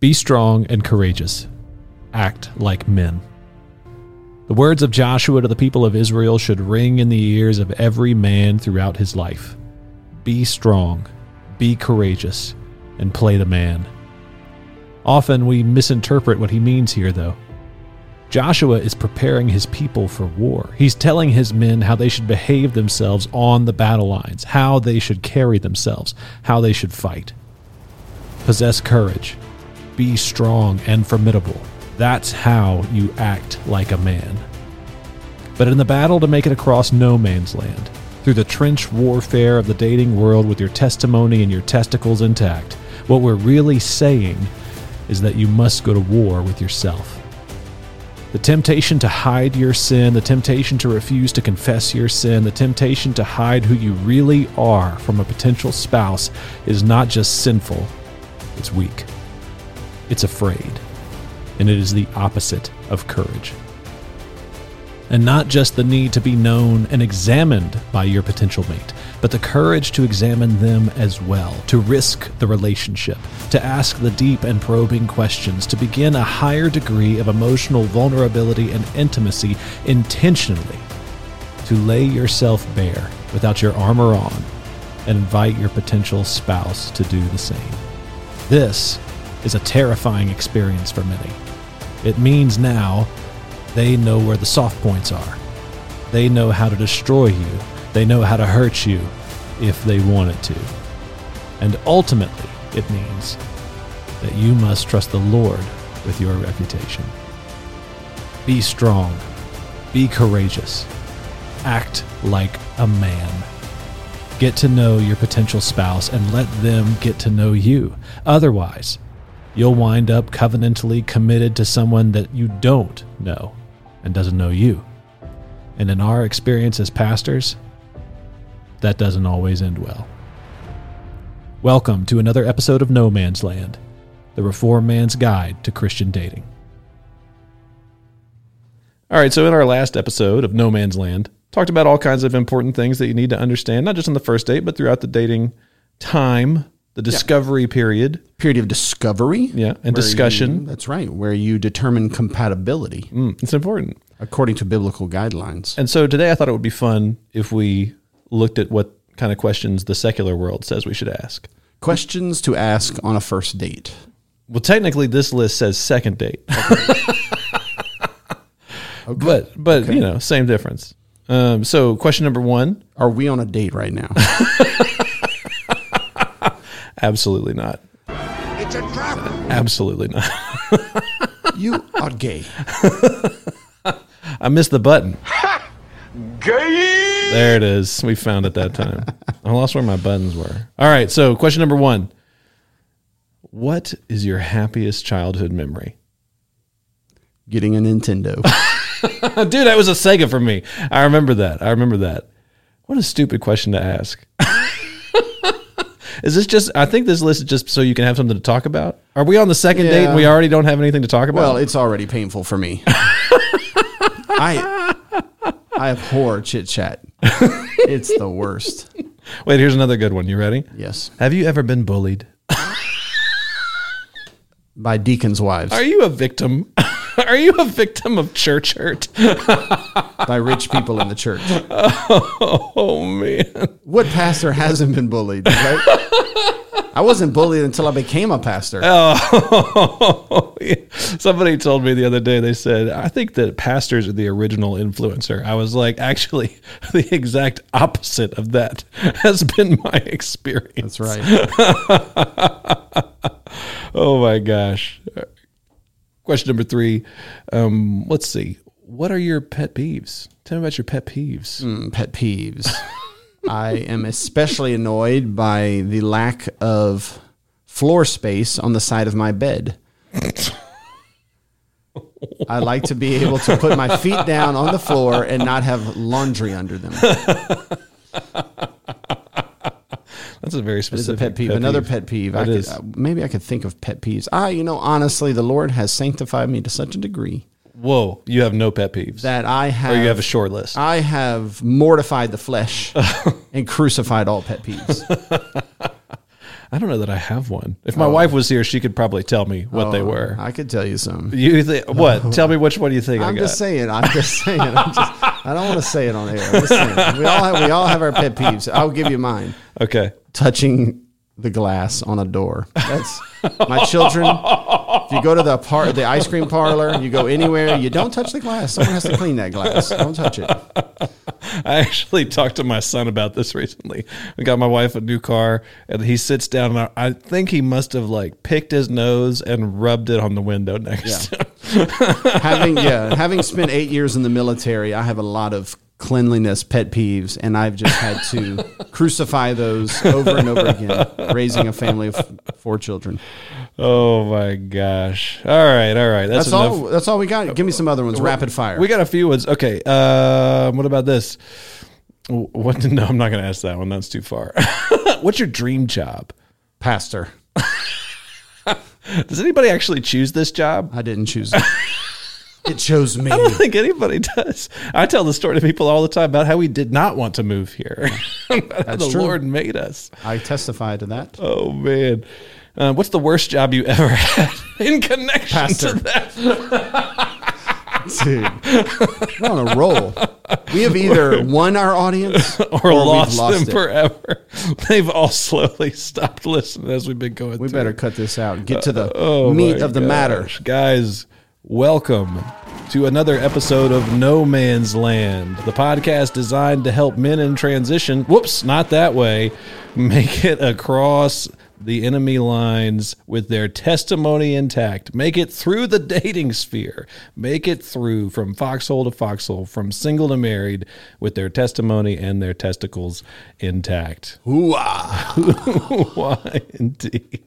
Be strong and courageous. Act like men. The words of Joshua to the people of Israel should ring in the ears of every man throughout his life. Be strong, be courageous, and play the man. Often we misinterpret what he means here, though. Joshua is preparing his people for war. He's telling his men how they should behave themselves on the battle lines, how they should carry themselves, how they should fight. Possess courage, be strong and formidable. That's how you act like a man. But in the battle to make it across no man's land, through the trench warfare of the dating world with your testimony and your testicles intact, what we're really saying is that you must go to war with yourself. The temptation to hide your sin, the temptation to refuse to confess your sin, the temptation to hide who you really are from a potential spouse is not just sinful, it's weak. It's afraid. And it is the opposite of courage. And not just the need to be known and examined by your potential mate, but the courage to examine them as well, to risk the relationship, to ask the deep and probing questions, to begin a higher degree of emotional vulnerability and intimacy intentionally, to lay yourself bare without your armor on, and invite your potential spouse to do the same. This is a terrifying experience for many. It means now they know where the soft points are. They know how to destroy you. They know how to hurt you if they wanted to. And ultimately, it means that you must trust the Lord with your reputation. Be strong. Be courageous. Act like a man. Get to know your potential spouse and let them get to know you. Otherwise, you'll wind up covenantally committed to someone that you don't know and doesn't know you. And in our experience as pastors, that doesn't always end well. Welcome to another episode of No Man's Land, the Reform Man's Guide to Christian Dating. All right, so in our last episode of No Man's Land, talked about all kinds of important things that you need to understand, not just on the first date, but throughout the dating time, the discovery period, Period of discovery. yeah, and where discussion. you- that's right, where you determine compatibility Mm, it's important. according to biblical guidelines. And so today I thought it would be fun if we looked at what kind of questions the secular world says we should ask. Questions to ask on a first date. Well, technically this list says second date. But but you know, same difference. Um, so question number 1, Are we on a date right now? absolutely not. It's a trap. Absolutely not. you are gay. I missed the button. Gay. There it is. We found it that time. I lost where my buttons were. All right, so question number 1. What is your happiest childhood memory? Getting a Nintendo. Dude, that was a Sega for me. I remember that. I remember that. What a stupid question to ask. is this just, I think this list is just so you can have something to talk about? Are we on the second date and we Yeah. already don't have anything to talk about? Well, it's already painful for me. I I abhor chit chat. It's the worst. Wait, here's another good one. You ready? Yes. Have you ever been bullied? By deacons' wives, Are you a victim? Are you a victim of church hurt? by rich people in the church. Oh, man. What pastor hasn't been bullied? Right? I wasn't bullied until I became a pastor. Oh, yeah. somebody told me the other day, they said, I think that pastors are the original influencer. I was like, actually, the exact opposite of that has been my experience. That's right. Oh my gosh. Question number three. Um, let's see. What are your pet peeves? Tell me about your pet peeves. Mm, Pet peeves. I am especially annoyed by the lack of floor space on the side of my bed. I like to be able to put my feet down on the floor and not have laundry under them. That's a very specific It's a pet peeve. Another pet peeve. I It could, is. uh, maybe I could think of pet peeves. Ah, you know, honestly, the Lord has sanctified me to such a degree Whoa, you have no pet peeves. that I have. or you have a short list. I have mortified the flesh and crucified all pet peeves. I don't know that I have one. If my wife was here, she could probably tell me what they Oh, were. I could tell you some. you think what? Tell me which one you think I'm I got. just saying. I'm just saying. I'm just, I don't want to say it on air. I'm just saying. We all have, we all have our pet peeves. I'll give you mine. okay. touching the glass on a door. That's my children. If you go to the par- the ice cream parlor, you go anywhere, you don't touch the glass. Someone has to clean that glass. Don't touch it. I actually talked to my son about this recently. I got my wife a new car, and he sits down, and I, I think he must have like picked his nose and rubbed it on the window next. Having yeah, having spent eight years in the military, I have a lot of cleanliness pet peeves, and I've just had to crucify those over and over again. Raising a family of four children. oh my gosh! All right, all right. That's, That's enough. all. That's all we got. Give me some other ones. Rapid fire. We got a few ones. Okay. Um, what about this? W- What? No, I'm not going to ask that one. That's too far. What's your dream job? pastor. Does anybody actually choose this job? I didn't choose it. It chose me. I don't think anybody does. I tell the story to people all the time about how we did not want to move here. how the true. Lord made us. I testify to that. Oh man, uh, what's the worst job you ever had in connection Pastor. to that? Dude, we're on a roll. We have either won our audience or, Or, we've lost, them it. forever. They've all slowly stopped listening as we've been going. We through. better cut this out. and Get to the Oh, meat my of the gosh. matter. Guys, welcome to another episode of No Man's Land, the podcast designed to help men in transition, whoops, not that way, make it across the enemy lines with their testimony intact, make it through the dating sphere, make it through from foxhole to foxhole, from single to married with their testimony and their testicles intact. Hoo-ah. Why indeed?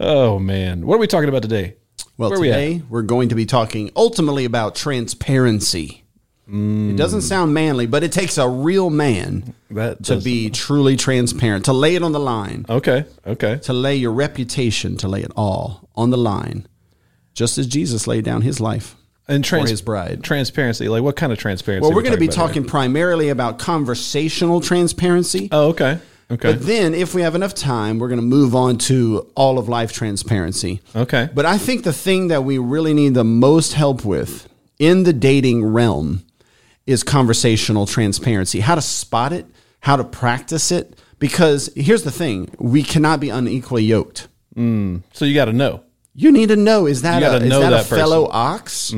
Oh man, what are we talking about today? Well, Where we at? today we are going to be talking ultimately about transparency. It doesn't sound manly, but it takes a real man Mm. That to does- be truly transparent, to lay it on the line, okay. Okay. to lay your reputation, to lay it all on the line, just as Jesus laid down his life. And trans- his bride. transparency. Like what kind of transparency? Well, we're we going to be about here? talking primarily about conversational transparency. Oh, okay. Okay. But then, if we have enough time, we're going to move on to all of life transparency. okay. But I think the thing that we really need the most help with in the dating realm is conversational transparency, how to spot it, how to practice it. Because here's the thing we cannot be unequally yoked. so you got to know. You need to know is that, You a, gotta is know that, that a person. Mm-hmm, fellow ox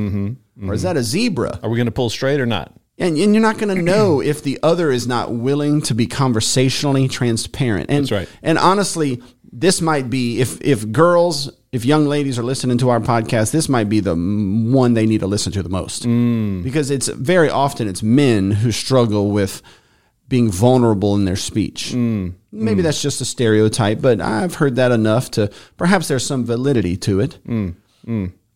or is that a zebra? Are we going to pull straight or not? And, and you're not going to know if the other is not willing to be conversationally transparent. And, That's right. And honestly, this might be if if girls, if young ladies are listening to our podcast, this might be the m- one they need to listen to the most Mm. because it's very often it's men who struggle with being vulnerable in their speech. Mm. Hmm. Maybe that's just a stereotype, but I've heard that enough to perhaps there's some validity to it. Hmm.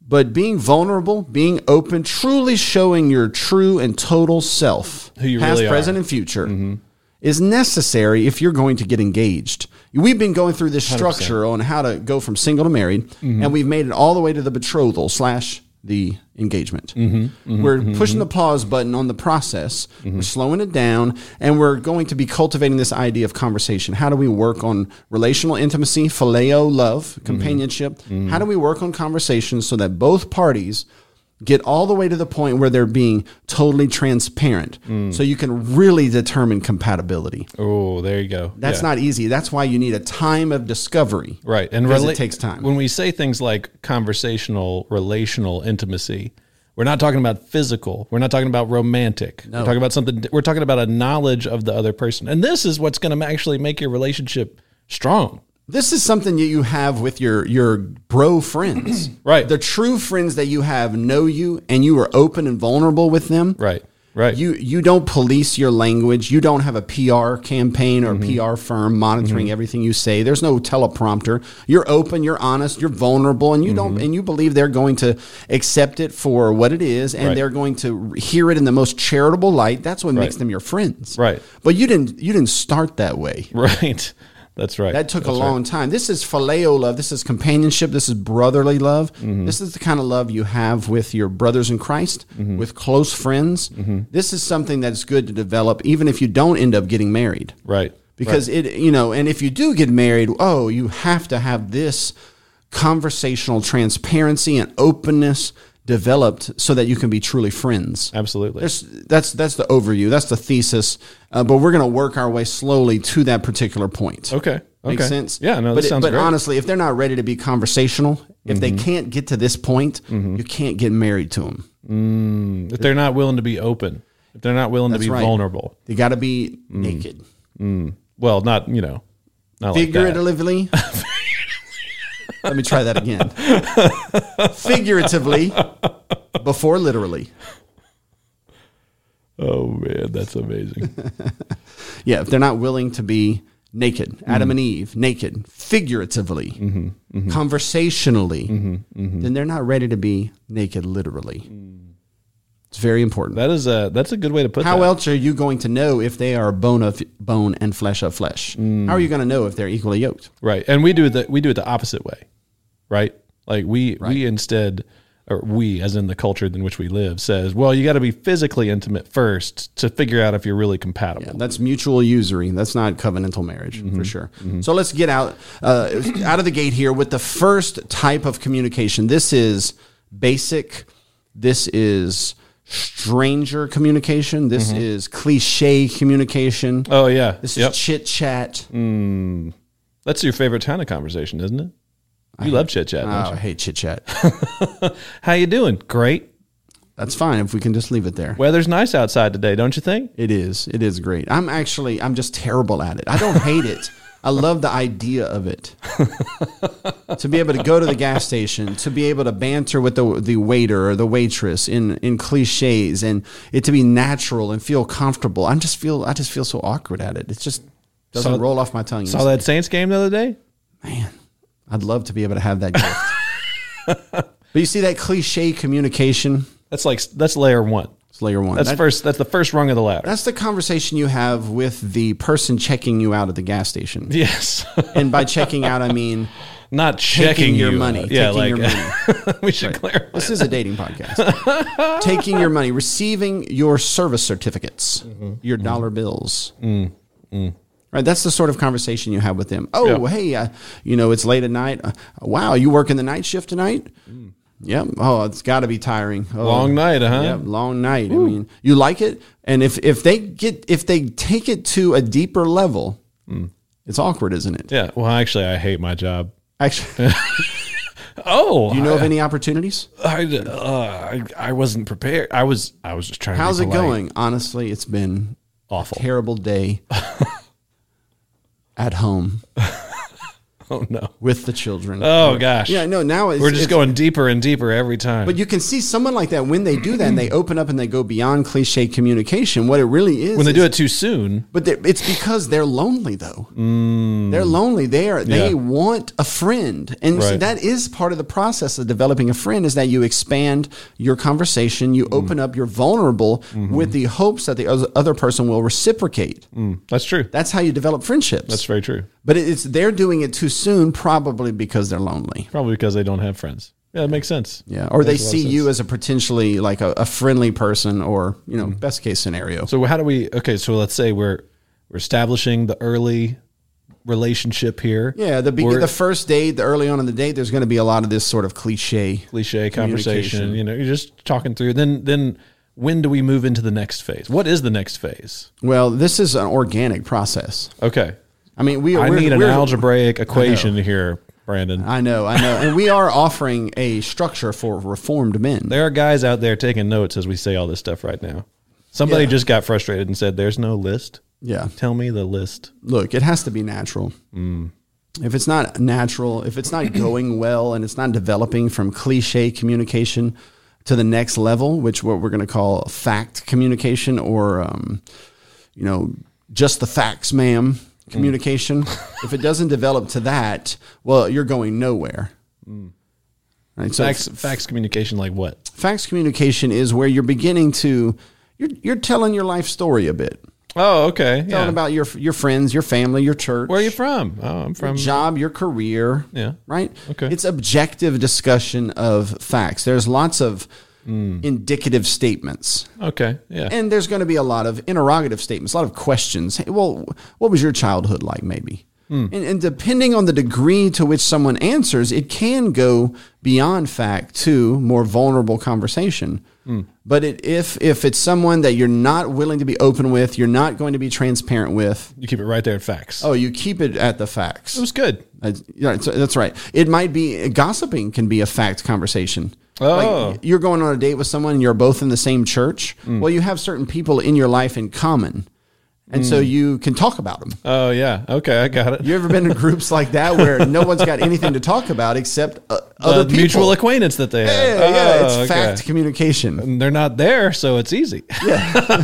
But being vulnerable, being open, truly showing your true and total self, Who you past, really are. Mm-hmm. present, and future, is necessary if you're going to get engaged. We've been going through this structure on how to go from single to married, and we've made it all the way to the betrothal slash the engagement. we're pushing the pause button on the process. We're slowing it down, and we're going to be cultivating this idea of conversation. How do we work on relational intimacy, phileo love, companionship? How do we work on conversations so that both parties get all the way to the point where they're being totally transparent Mm. so you can really determine compatibility Oh, there you go. that's Yeah. not easy that's why you need a time of discovery Right. And Because it rela- takes time. When we say things like conversational, relational intimacy, we're not talking about physical. We're not talking about romantic. We're talking about something we're talking about a knowledge of the other person. And this is what's going to actually make your relationship strong. this is something that you have with your your bro friends Right. the true friends that you have know you and you are open and vulnerable with them Right. Right. You you don't police your language. You don't have a PR campaign Mm-hmm. or PR firm monitoring everything you say. There's no teleprompter. You're open, you're honest, you're vulnerable, and you Mm-hmm. don't and you believe they're going to accept it for what it is, and Right. they're going to hear it in the most charitable light. That's what makes them your friends. Right. But you didn't you didn't start that way. Right. That's right. That took a long time. This is phileo love. This is companionship. This is brotherly love. Mm-hmm. This is the kind of love you have with your brothers in Christ, Mm-hmm. with close friends. This is something that's good to develop, even if you don't end up getting married. Right. because it you know and if you do get married oh you have to have this conversational transparency and openness developed so that you can be truly friends Absolutely. there's, that's that's the overview that's the thesis uh, but we're going to work our way slowly to that particular point okay. Okay. Makes sense. Yeah, no, but that sounds but great. Mm-hmm. honestly, if they're not ready to be conversational, if they can't get to this point, you can't get married to them. if they're not willing to be open, if they're not willing to be right. vulnerable, They got to be naked, well, not you know, not like Mm. that. figuratively. Let me try that again. Figuratively, before literally. Oh man, that's amazing. Yeah, if they're not willing to be naked, Mm-hmm. Adam and Eve, naked, figuratively, conversationally, Mm-hmm. then they're not ready to be naked literally. Mm. It's very important. that is a that's a good way to put How that. else are you going to know if they are bone of bone and flesh of flesh? How are you going to know if they're equally yoked? Right. And we do it the we do it the opposite way. Right? Like we we instead or we as in the culture in which we live says, well, you got to be physically intimate first to figure out if you're really compatible. That's mutual usury. That's not covenantal marriage for sure. So let's get out uh, out of the gate here with the first type of communication. This is basic. This is stranger communication. This is cliche communication. Oh yeah. This Yep. is chit chat. That's your favorite kind of conversation, isn't it? You love chit chat. Oh, I hate chit chat. How you doing? Great. That's fine if we can just leave it there. Weather's nice outside today, don't you think? It is. It is great. I'm actually I'm just terrible at it. I don't hate it. I love the idea of it. to be able to go to the gas station, to be able to banter with the the waiter or the waitress in in clichés and it to be natural and feel comfortable. I just feel I just feel so awkward at it. It just doesn't Saw- roll off my tongue. Saw that Saints game the other day. Man, I'd love to be able to have that gift. but you see that cliché communication? That's like that's layer one. It's layer 1. That's That- first. That's the first rung of the ladder. that's the conversation you have with the person checking you out at the gas station. Yes, and by checking out, I mean not checking taking your you. money. Yeah, taking like your money. we should clarify. This is a dating podcast. taking your money, receiving your service certificates, Mm-hmm. your dollar bills. Mm, Right, that's the sort of conversation you have with them. Oh, Yeah. hey, uh, you know it's late at night. Uh, wow, you working the night shift tonight? Yep. Oh, it's got to be tiring. Oh, Mm. Long night, huh? Yep, long night. I mean, you like it, and if if they get if they take it to a deeper level, Mm. it's awkward, isn't it? Yeah. Well, actually, I hate my job. Actually, Oh, you know of any opportunities? I, uh, I I wasn't prepared. I was I was just trying. to be How's it polite. going? Honestly, it's been Awful. a terrible day at home Oh no. with the children. Oh gosh. yeah, no, now it's, We're just it's- going deeper and deeper every time. But you can see someone like that when they do that and they open up and they go beyond cliche communication. What it really is when they is- do it too soon, but they're- it's because they're lonely though. They're lonely. They are. They Mm. Yeah. want a friend, and you see, Right. that is part of the process of developing a friend is that you expand your conversation, Mm. you open up, you're vulnerable with the hopes that the oth- other person will reciprocate. Mm-hmm. Mm, that's true. That's how you develop friendships. That's very true. But it- it's they're doing it too soon, probably because they're lonely. Probably because they don't have friends. Yeah, it makes sense. Yeah, or they see you as a potentially like a, a friendly person, or you know, best case scenario. Mm-hmm. So how do we? Okay, so let's say we're we're establishing the early relationship here. yeah, the be- We're- the first date, the early on in the date, there's going to be a lot of this sort of cliche. cliche conversation. Communication. You know, you're just talking through. Then then when do we move into the next phase? What is the next phase? Well, this is an organic process. Okay, I mean, we. I we're- need an we're- algebraic equation here, Brandon. I know, I know, and we are offering a structure for reformed men. there are guys out there taking notes as we say all this stuff right now. Somebody Yeah. just got frustrated and said, "There's no list." yeah, Tell me the list. look, it has to be natural. Mm. If it's not natural, if it's not going well, and it's not developing from cliche communication to the next level, which what we're going to call fact communication or, um, you know, just the facts, ma'am, Mm. communication, if it doesn't develop to that, well, you're going nowhere. Right, so Mm. Facts, facts, communication, like what? facts communication is where you're beginning to you're, you're telling your life story a bit, Oh, okay. telling Yeah. about your your friends, your family, your church. Where are you from? Oh, I'm from. job, your career. Yeah. Right? Okay. It's objective discussion of facts. There's lots of Hmm. indicative statements. Okay. Yeah. And there's going to be a lot of interrogative statements, a lot of questions. Hey, well, what was your childhood like, maybe? And, and depending on the degree to which someone answers, it can go beyond fact to more vulnerable conversation. But it, if if it's someone that you're not willing to be open with, you're not going to be transparent with. you keep it right there at facts. Oh, you keep it at the facts. it was good. That's, yeah, it's- that's right. It might be gossiping can be a fact conversation. Oh. Mm. Like you're going on a date with someone and you're both in the same church. Well, you have certain people in your life in common. And Mm. so you can talk about them. Oh yeah. Okay, I got it. You ever been to groups like that where no one's got anything to talk about except uh, the other people? mutual acquaintance that they have. yeah, yeah, yeah, it's Oh, okay. fact communication, And They're not there, so it's easy.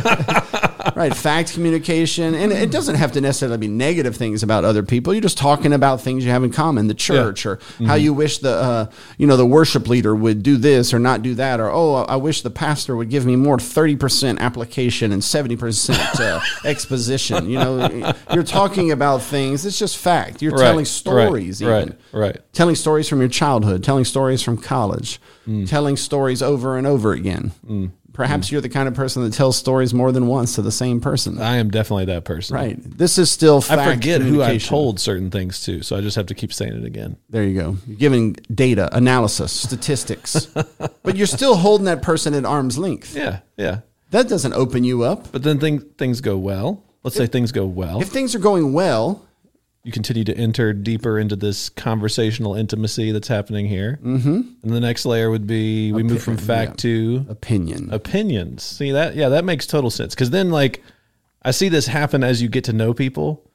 right? Fact communication, and it doesn't have to necessarily be negative things about other people. You're just talking about things you have in common, the church, or Mm-hmm. how you wish the uh, you know the worship leader would do this or not do that, or oh, I wish the pastor would give me more thirty percent application and seventy percent uh, exposition. You know, you're talking about things. It's just fact. You're telling stories, Right. even. Right. right. telling stories from your childhood, telling stories from college, Mm. telling stories over and over again. Perhaps you're the kind of person that tells stories more than once to the same person. I am definitely that person. right. This is still fact Uh, I forget who I communication. told certain things to, so I just have to keep saying it again. There you go. You're giving data, analysis, statistics, but you're still holding that person at arm's length. Yeah. Yeah. That doesn't open you up. But then things things go well. Let's say things go well. If things are going well, you continue to enter deeper into this conversational intimacy that's happening here. Mm-hmm. And the next layer would be we move from fact to opinion. opinions. See that? Yeah, that makes total sense. Because then, like, I see this happen as you get to know people.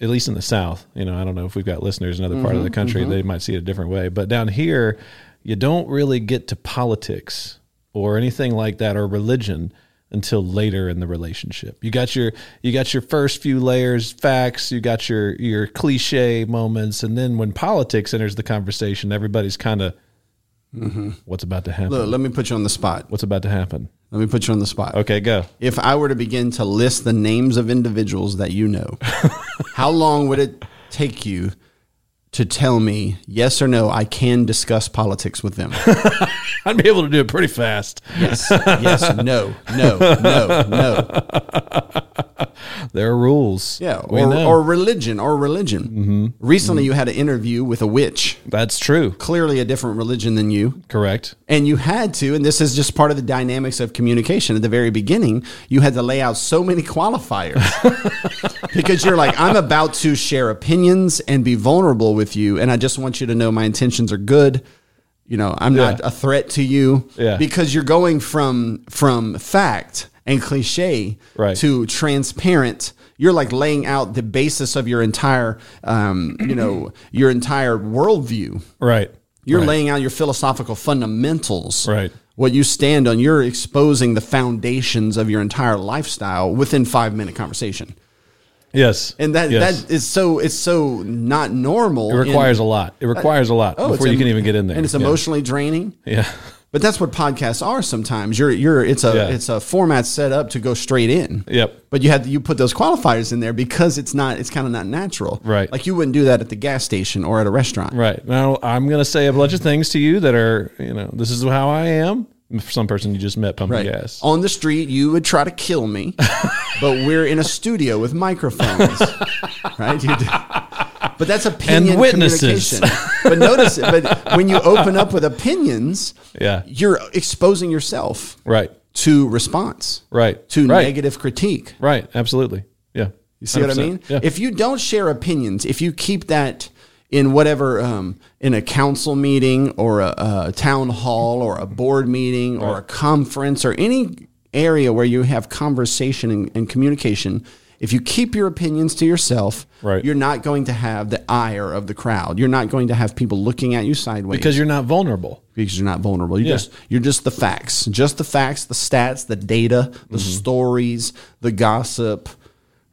At least in the South, you know, I don't know if we've got listeners in other part of the country. They might see it a different way, but down here, you don't really get to politics or anything like that or religion until later in the relationship. You got your you got your first few layers facts, you got your your cliche moments, and then when politics enters the conversation, everybody's kind of what's about to happen. Look, let me put you on the spot. What's about to happen? Let me put you on the spot. Okay, go. if I were to begin to list the names of individuals that you know, how long would it take you to tell me yes or no? I can discuss politics with them. I'd be able to do it pretty fast. Yes, yes, no, no, no, no. There are rules. Yeah, we or, know. Mm-hmm. or religion, or religion. Recently, you had an interview with a witch, that's true. clearly a different religion than you. Correct. And you had to, and this is just part of the dynamics of communication at the very beginning, you had to lay out so many qualifiers because you're like, I'm about to share opinions and be vulnerable with you. And I just want you to know my intentions are good. You know, I'm not Yeah. a threat to you Yeah. because you're going from, from fact and cliche Right. to transparent. You're like laying out the basis of your entire, um, you know, your entire worldview. Right. You're Right. laying out your philosophical fundamentals. Right. What you stand on, you're exposing the foundations of your entire lifestyle within five minute conversation. Yes. And that Yes. that is so it's so not normal. it requires a lot. It requires a lot before you can even get in there. Oh, And it's Yeah. emotionally draining. Yeah. But that's what podcasts are sometimes. You're you're it's a Yeah. it's a format set up to go straight in. Yep. But you had you put those qualifiers in there because it's not it's kind of not natural. Right. Like you wouldn't do that at the gas station or at a restaurant. Right. Now I'm gonna say a bunch of things to you that are, you know, this is how I am. For some person you just met pumping Right. gas. On the street, you would try to kill me, but we're in a studio with microphones, right? You do. But that's opinion And witnesses. communication. But notice, but when you open up with opinions, Yeah. you're exposing yourself Right. to response, Right. to right. negative critique. Right. Absolutely. Yeah. You see what I mean? Yeah. If you don't share opinions, if you keep that in whatever um, in a council meeting or a, a town hall or a board meeting or a conference or any area where you have conversation and, and communication, if you keep your opinions to yourself, Right. you're not going to have the ire of the crowd. You're not going to have people looking at you sideways because you're not vulnerable. because you're not vulnerable. You Yeah. just you're just the facts, just the facts, the stats, the data, the stories, the gossip,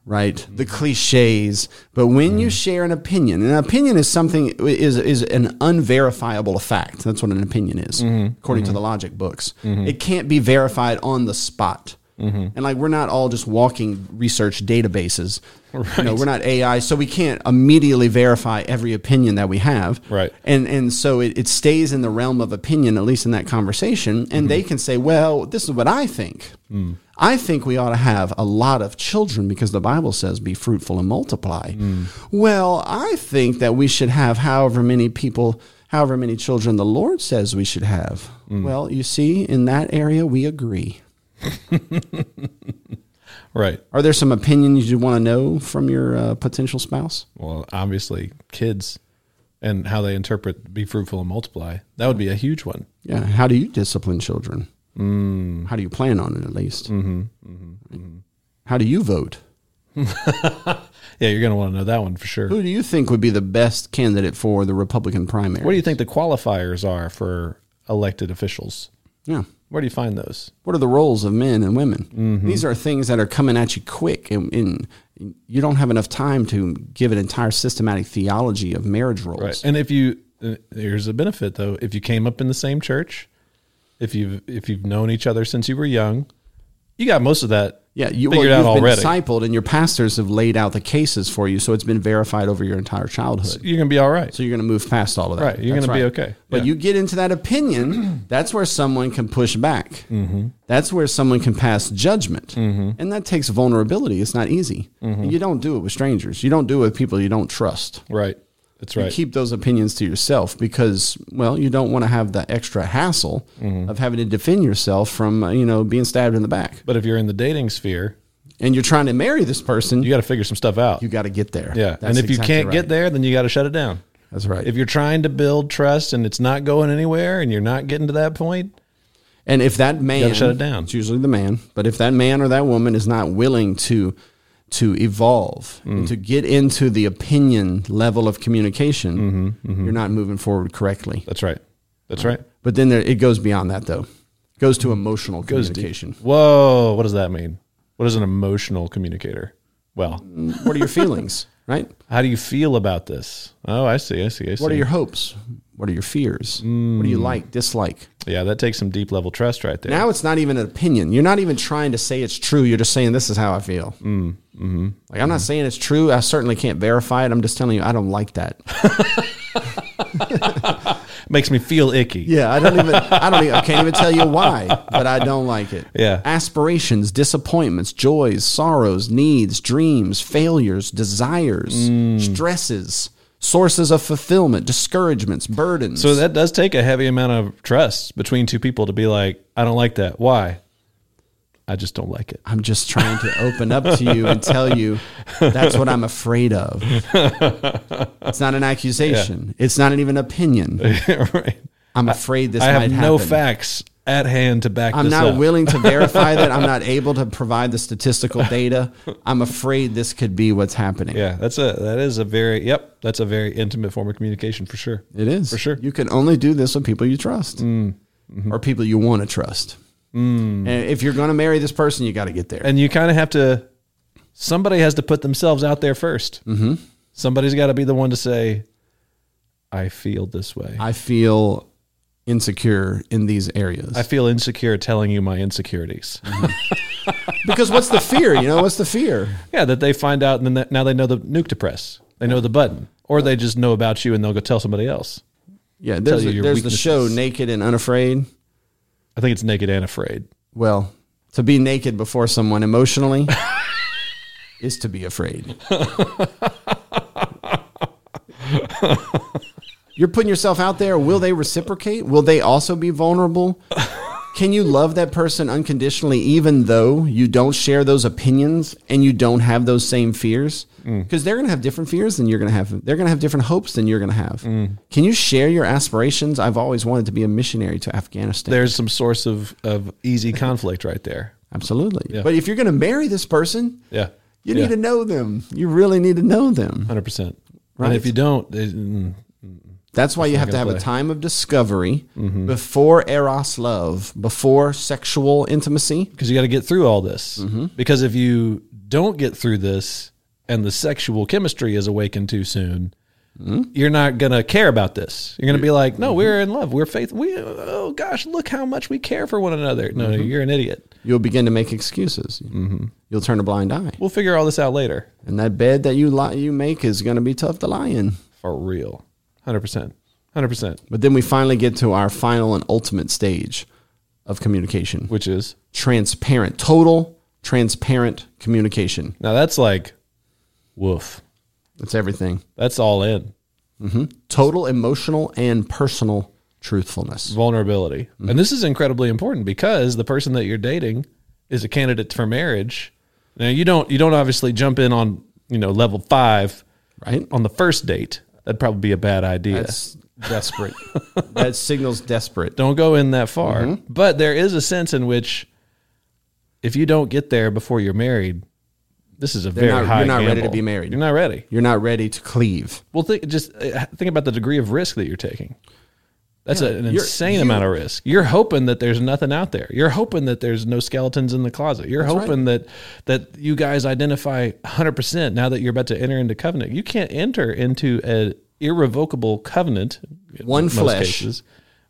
right? The cliches. But when you share an opinion, an opinion is something is is an unverifiable fact. That's what an opinion is, according to the logic books. It can't be verified on the spot. And like we're not all just walking research databases. You know, we're not AI, so we can't immediately verify every opinion that we have. Right. And and so it, it stays in the realm of opinion, at least in that conversation. And they can say, Well, this is what I think. I think we ought to have a lot of children because the Bible says be fruitful and multiply. Well, I think that we should have however many people however many children the Lord says we should have. Well, you see, in that area, we agree. Right. Are there some opinions you want to know from your uh, potential spouse? Well, obviously, kids and how they interpret be fruitful and multiply. That would be a huge one. Yeah. How do you discipline children? Mm. How do you plan on it, at least? Mm-hmm, Mm-hmm. How do you vote? Yeah, you're going to want to know that one for sure. Who do you think would be the best candidate for the Republican primary? What do you think the qualifiers are for elected officials? yeah. Where do you find those? What are the roles of men and women? Mm-hmm. These are things that are coming at you quick, and, and you don't have enough time to give an entire systematic theology of marriage roles. Right. And if you uh, here's a benefit though, if you came up in the same church, if you've if you've known each other since you were young, you got most of that Yeah, you, well, figured you've out already. been discipled, and your pastors have laid out the cases for you, so it's been verified over your entire childhood. you're going to be all right. So you're going to move past all of that. Right, you're That's gonna be okay. But Yeah. you get into that opinion, that's where someone can push back. Mm-hmm. That's where someone can pass judgment, and that takes vulnerability. It's not easy. Mm-hmm. And you don't do it with strangers. You don't do it with people you don't trust. right. That's You right. keep those opinions to yourself because, well, you don't want to have the extra hassle Mm-hmm. of having to defend yourself from, uh, you know, being stabbed in the back. but if you're in the dating sphere, And you're trying to marry this person. you got to figure some stuff out. you got to get there. yeah. and if you can't get there, then you got to shut it down. that's right. If you're trying to build trust and it's not going anywhere and you're not getting to that point, and if that man, shut it down. It's usually the man, but if that man or that woman is not willing to to evolve Mm. and to get into the opinion level of communication, Mm-hmm, you're not moving forward correctly. that's right. That's right. But then there, it goes beyond that, though. It goes to emotional communication. Whoa, what does that mean? What is an emotional communicator? Well, what are your feelings, right? how do you feel about this? Oh, I see. I see. I see. What are your hopes? What are your fears? What do Mm. you like, dislike? yeah, that takes some deep level trust right there. Now it's not even an opinion. You're not even trying to say it's true. You're just saying this is how I feel. Mm, mm-hmm. mm Like I'm not saying it's true. I certainly can't verify it. I'm just telling you I don't like that. Makes me feel icky. Yeah, I don't even. I don't. Even, I can't even tell you why, but I don't like it. Yeah. Aspirations, disappointments, joys, sorrows, needs, dreams, failures, desires, Mm. stresses, sources of fulfillment, discouragements, burdens. So that does take a heavy amount of trust between two people to be like, I don't like that. Why? I just don't like it. I'm just trying to open up to you and tell you that's what I'm afraid of. It's not an accusation. It's not even an opinion. right. I'm afraid this I might have happen. no facts at hand to back I'm this not up. willing to verify that. I'm not able to provide the statistical data. I'm afraid this could be what's happening. yeah, that's a that is a very yep, that's a very intimate form of communication for sure. It is. For sure. Mm. Mm-hmm. You can only do this with people you trust or people you want to trust. And if you're going to marry this person, you got to get there. and you kind of have to somebody has to put themselves out there 1st mm-hmm. somebody's got to be the one to say i feel this way I, I feel insecure in these areas. feel insecure telling you my insecurities Mm-hmm. because what's the fear? You know, what's the fear? yeah that they find out and then that, now they know the nuke to press they know the button or they just know about you and they'll go tell somebody else Yeah, there's, you a- your there's the weaknesses. show Naked and Unafraid. i think it's naked and afraid Well, to be naked before someone emotionally is to be afraid. You're putting yourself out there. Will they reciprocate? Will they also be vulnerable? Can you love that person unconditionally even though you don't share those opinions and you don't have those same fears? Because they're going to have different fears than you're going to have. They're going to have different hopes than you're going to have. Can you share your aspirations? I've always wanted to be a missionary to Afghanistan. there's some source of, of easy conflict right there Absolutely. But if you're going to marry this person, yeah you Yeah. need to know them. You really need to know them. 100% Right. and if you don't it, mm, That's why you have to have a time of discovery before eros love, before sexual intimacy. because you got to get through all this. Because if you don't get through this and the sexual chemistry is awakened too soon, you're not gonna care about this. You're gonna be like, no, we're in love. We're faith. We oh gosh, look how much we care for one another. No, no, you're an idiot. You'll begin to make excuses. You'll turn a blind eye, We'll figure all this out later. and that bed that you lie, you make is going to be tough to lie in. For real, hundred percent, hundred percent. But then we finally get to our final and ultimate stage of communication: Which is transparent, total transparent communication. now that's like, woof. That's everything. That's all in Total emotional and personal truthfulness. vulnerability, Mm-hmm. and this is incredibly important because the person that you're dating is a candidate for marriage. Now you don't you don't obviously jump in on you know level five Right? on the first date. That'd probably be a bad idea. That's desperate. that signals desperate. Don't go in that far. Mm-hmm. But there is a sense in which if you don't get there before you're married, this is a very not- you're high. not ready gamble. to be married. You're not ready. You're not ready to cleave. Well, think just uh, think about the degree of risk that you're taking. That's a- an you're- insane you- amount of risk. You're hoping that there's nothing out there. You're hoping that there's no skeletons in the closet. You're hoping that that you guys identify 100% now that you're about to enter into covenant. You can't enter into an irrevocable covenant in One flesh.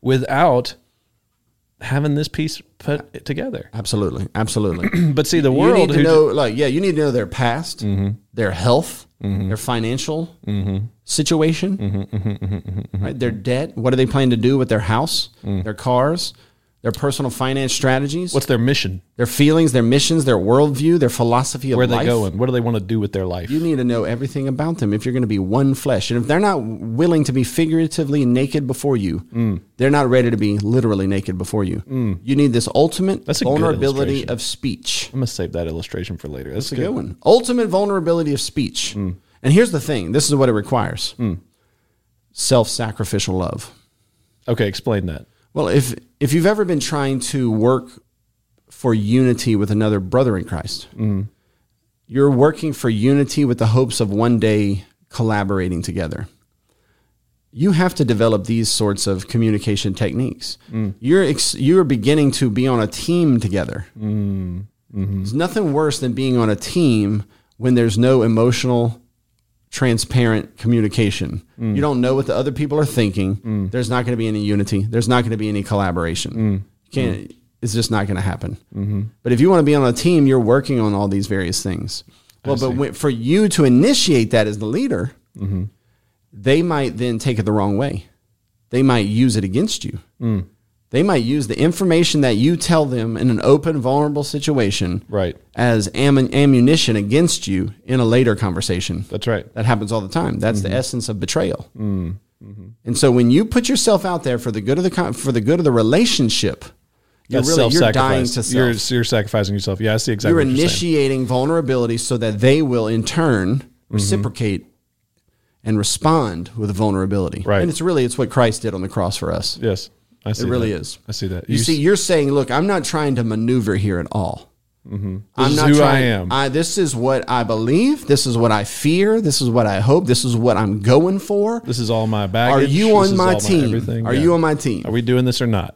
without having this piece put together. Absolutely. Absolutely. But see the you world need to who- know like yeah you need to know their past their health their financial situation Mm-hmm. right their debt what are they planning to do with their house their cars their personal finance strategies what's their mission? their feelings their missions their worldview their philosophy of Where are they life going? What do they want to do with their life? you need to know everything about them if you're going to be one flesh and if they're not willing to be figuratively naked before you Mm. they're not ready to be literally naked before you you need this ultimate That's a good vulnerability illustration. of speech I'm going to save that illustration for later. That's, Mm. it's a good one. Ultimate vulnerability of speech. And here's the thing this is what it requires self sacrificial love. Okay, explain that. Well, if, if you've ever been trying to work for unity with another brother in Christ, you're working for unity with the hopes of one day collaborating together. You have to develop these sorts of communication techniques. You're, ex- you're beginning to be on a team together. There's nothing worse than being on a team when there's no emotional, transparent communication. You don't know what the other people are thinking. There's not going to be any unity. There's not going to be any collaboration. You can't. It's just not going to happen. But if you want to be on a team, you're working on all these various things. Well, but when, for you to initiate that as the leader, they might then take it the wrong way. They might use it against you. They might use the information that you tell them in an open, vulnerable situation Right. as am- ammunition against you in a later conversation. That's right. That happens all the time. That's Mm-hmm. the essence of betrayal. Mm, And so when you put yourself out there for the good of the con- for the good of the relationship, you're That's really you're self-sacrifice. dying to self. You're, you're sacrificing yourself. Yeah, I see exactly. You're what you're saying. initiating vulnerability so that they will in turn Mm-hmm. reciprocate and respond with vulnerability. Right. And it's really it's what Christ did on the cross for us. Yes, I see. It really is. is. I see that. You, You see, s- you're saying, look, I'm not trying to maneuver here at all. I'm Mm-hmm. is not who I trying, am. this is what I believe. This is what I fear. This is what I hope. This is what I'm going for. This is all my Are baggage. you This on is my all team? everything. Are Yeah. you on my team? Are we doing this or not?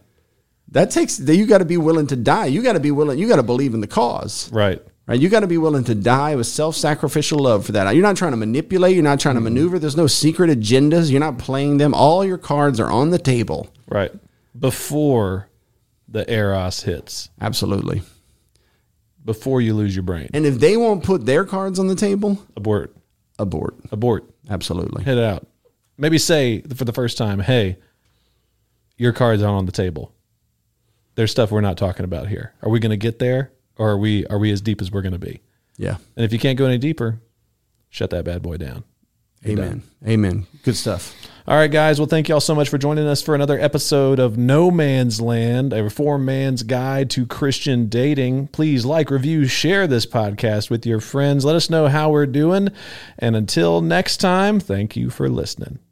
that takes that you got to be willing to die. You got to be willing. You got to believe in the cause. Right. Right, you got to be willing to die with self-sacrificial love for that. You're not trying to manipulate. You're not trying to Mm-hmm. maneuver. There's no secret agendas. You're not playing them. All your cards are on the table. Right. Before the eros hits, Absolutely. before you lose your brain, And if they won't put their cards on the table, abort, abort. abort, Absolutely. hit it out. Maybe say for the first time, "Hey, your card's not on the table. There's stuff we're not talking about here. Are we going to get there, or are we are we as deep as we're going to be?" Yeah. And if you can't go any deeper, shut that bad boy down. Amen. Amen. Good stuff. All right, guys. Well, thank y'all so much for joining us for another episode of No Man's Land, a reform man's guide to Christian dating. Please like, review, share this podcast with your friends. Let us know how we're doing. And until next time, thank you for listening.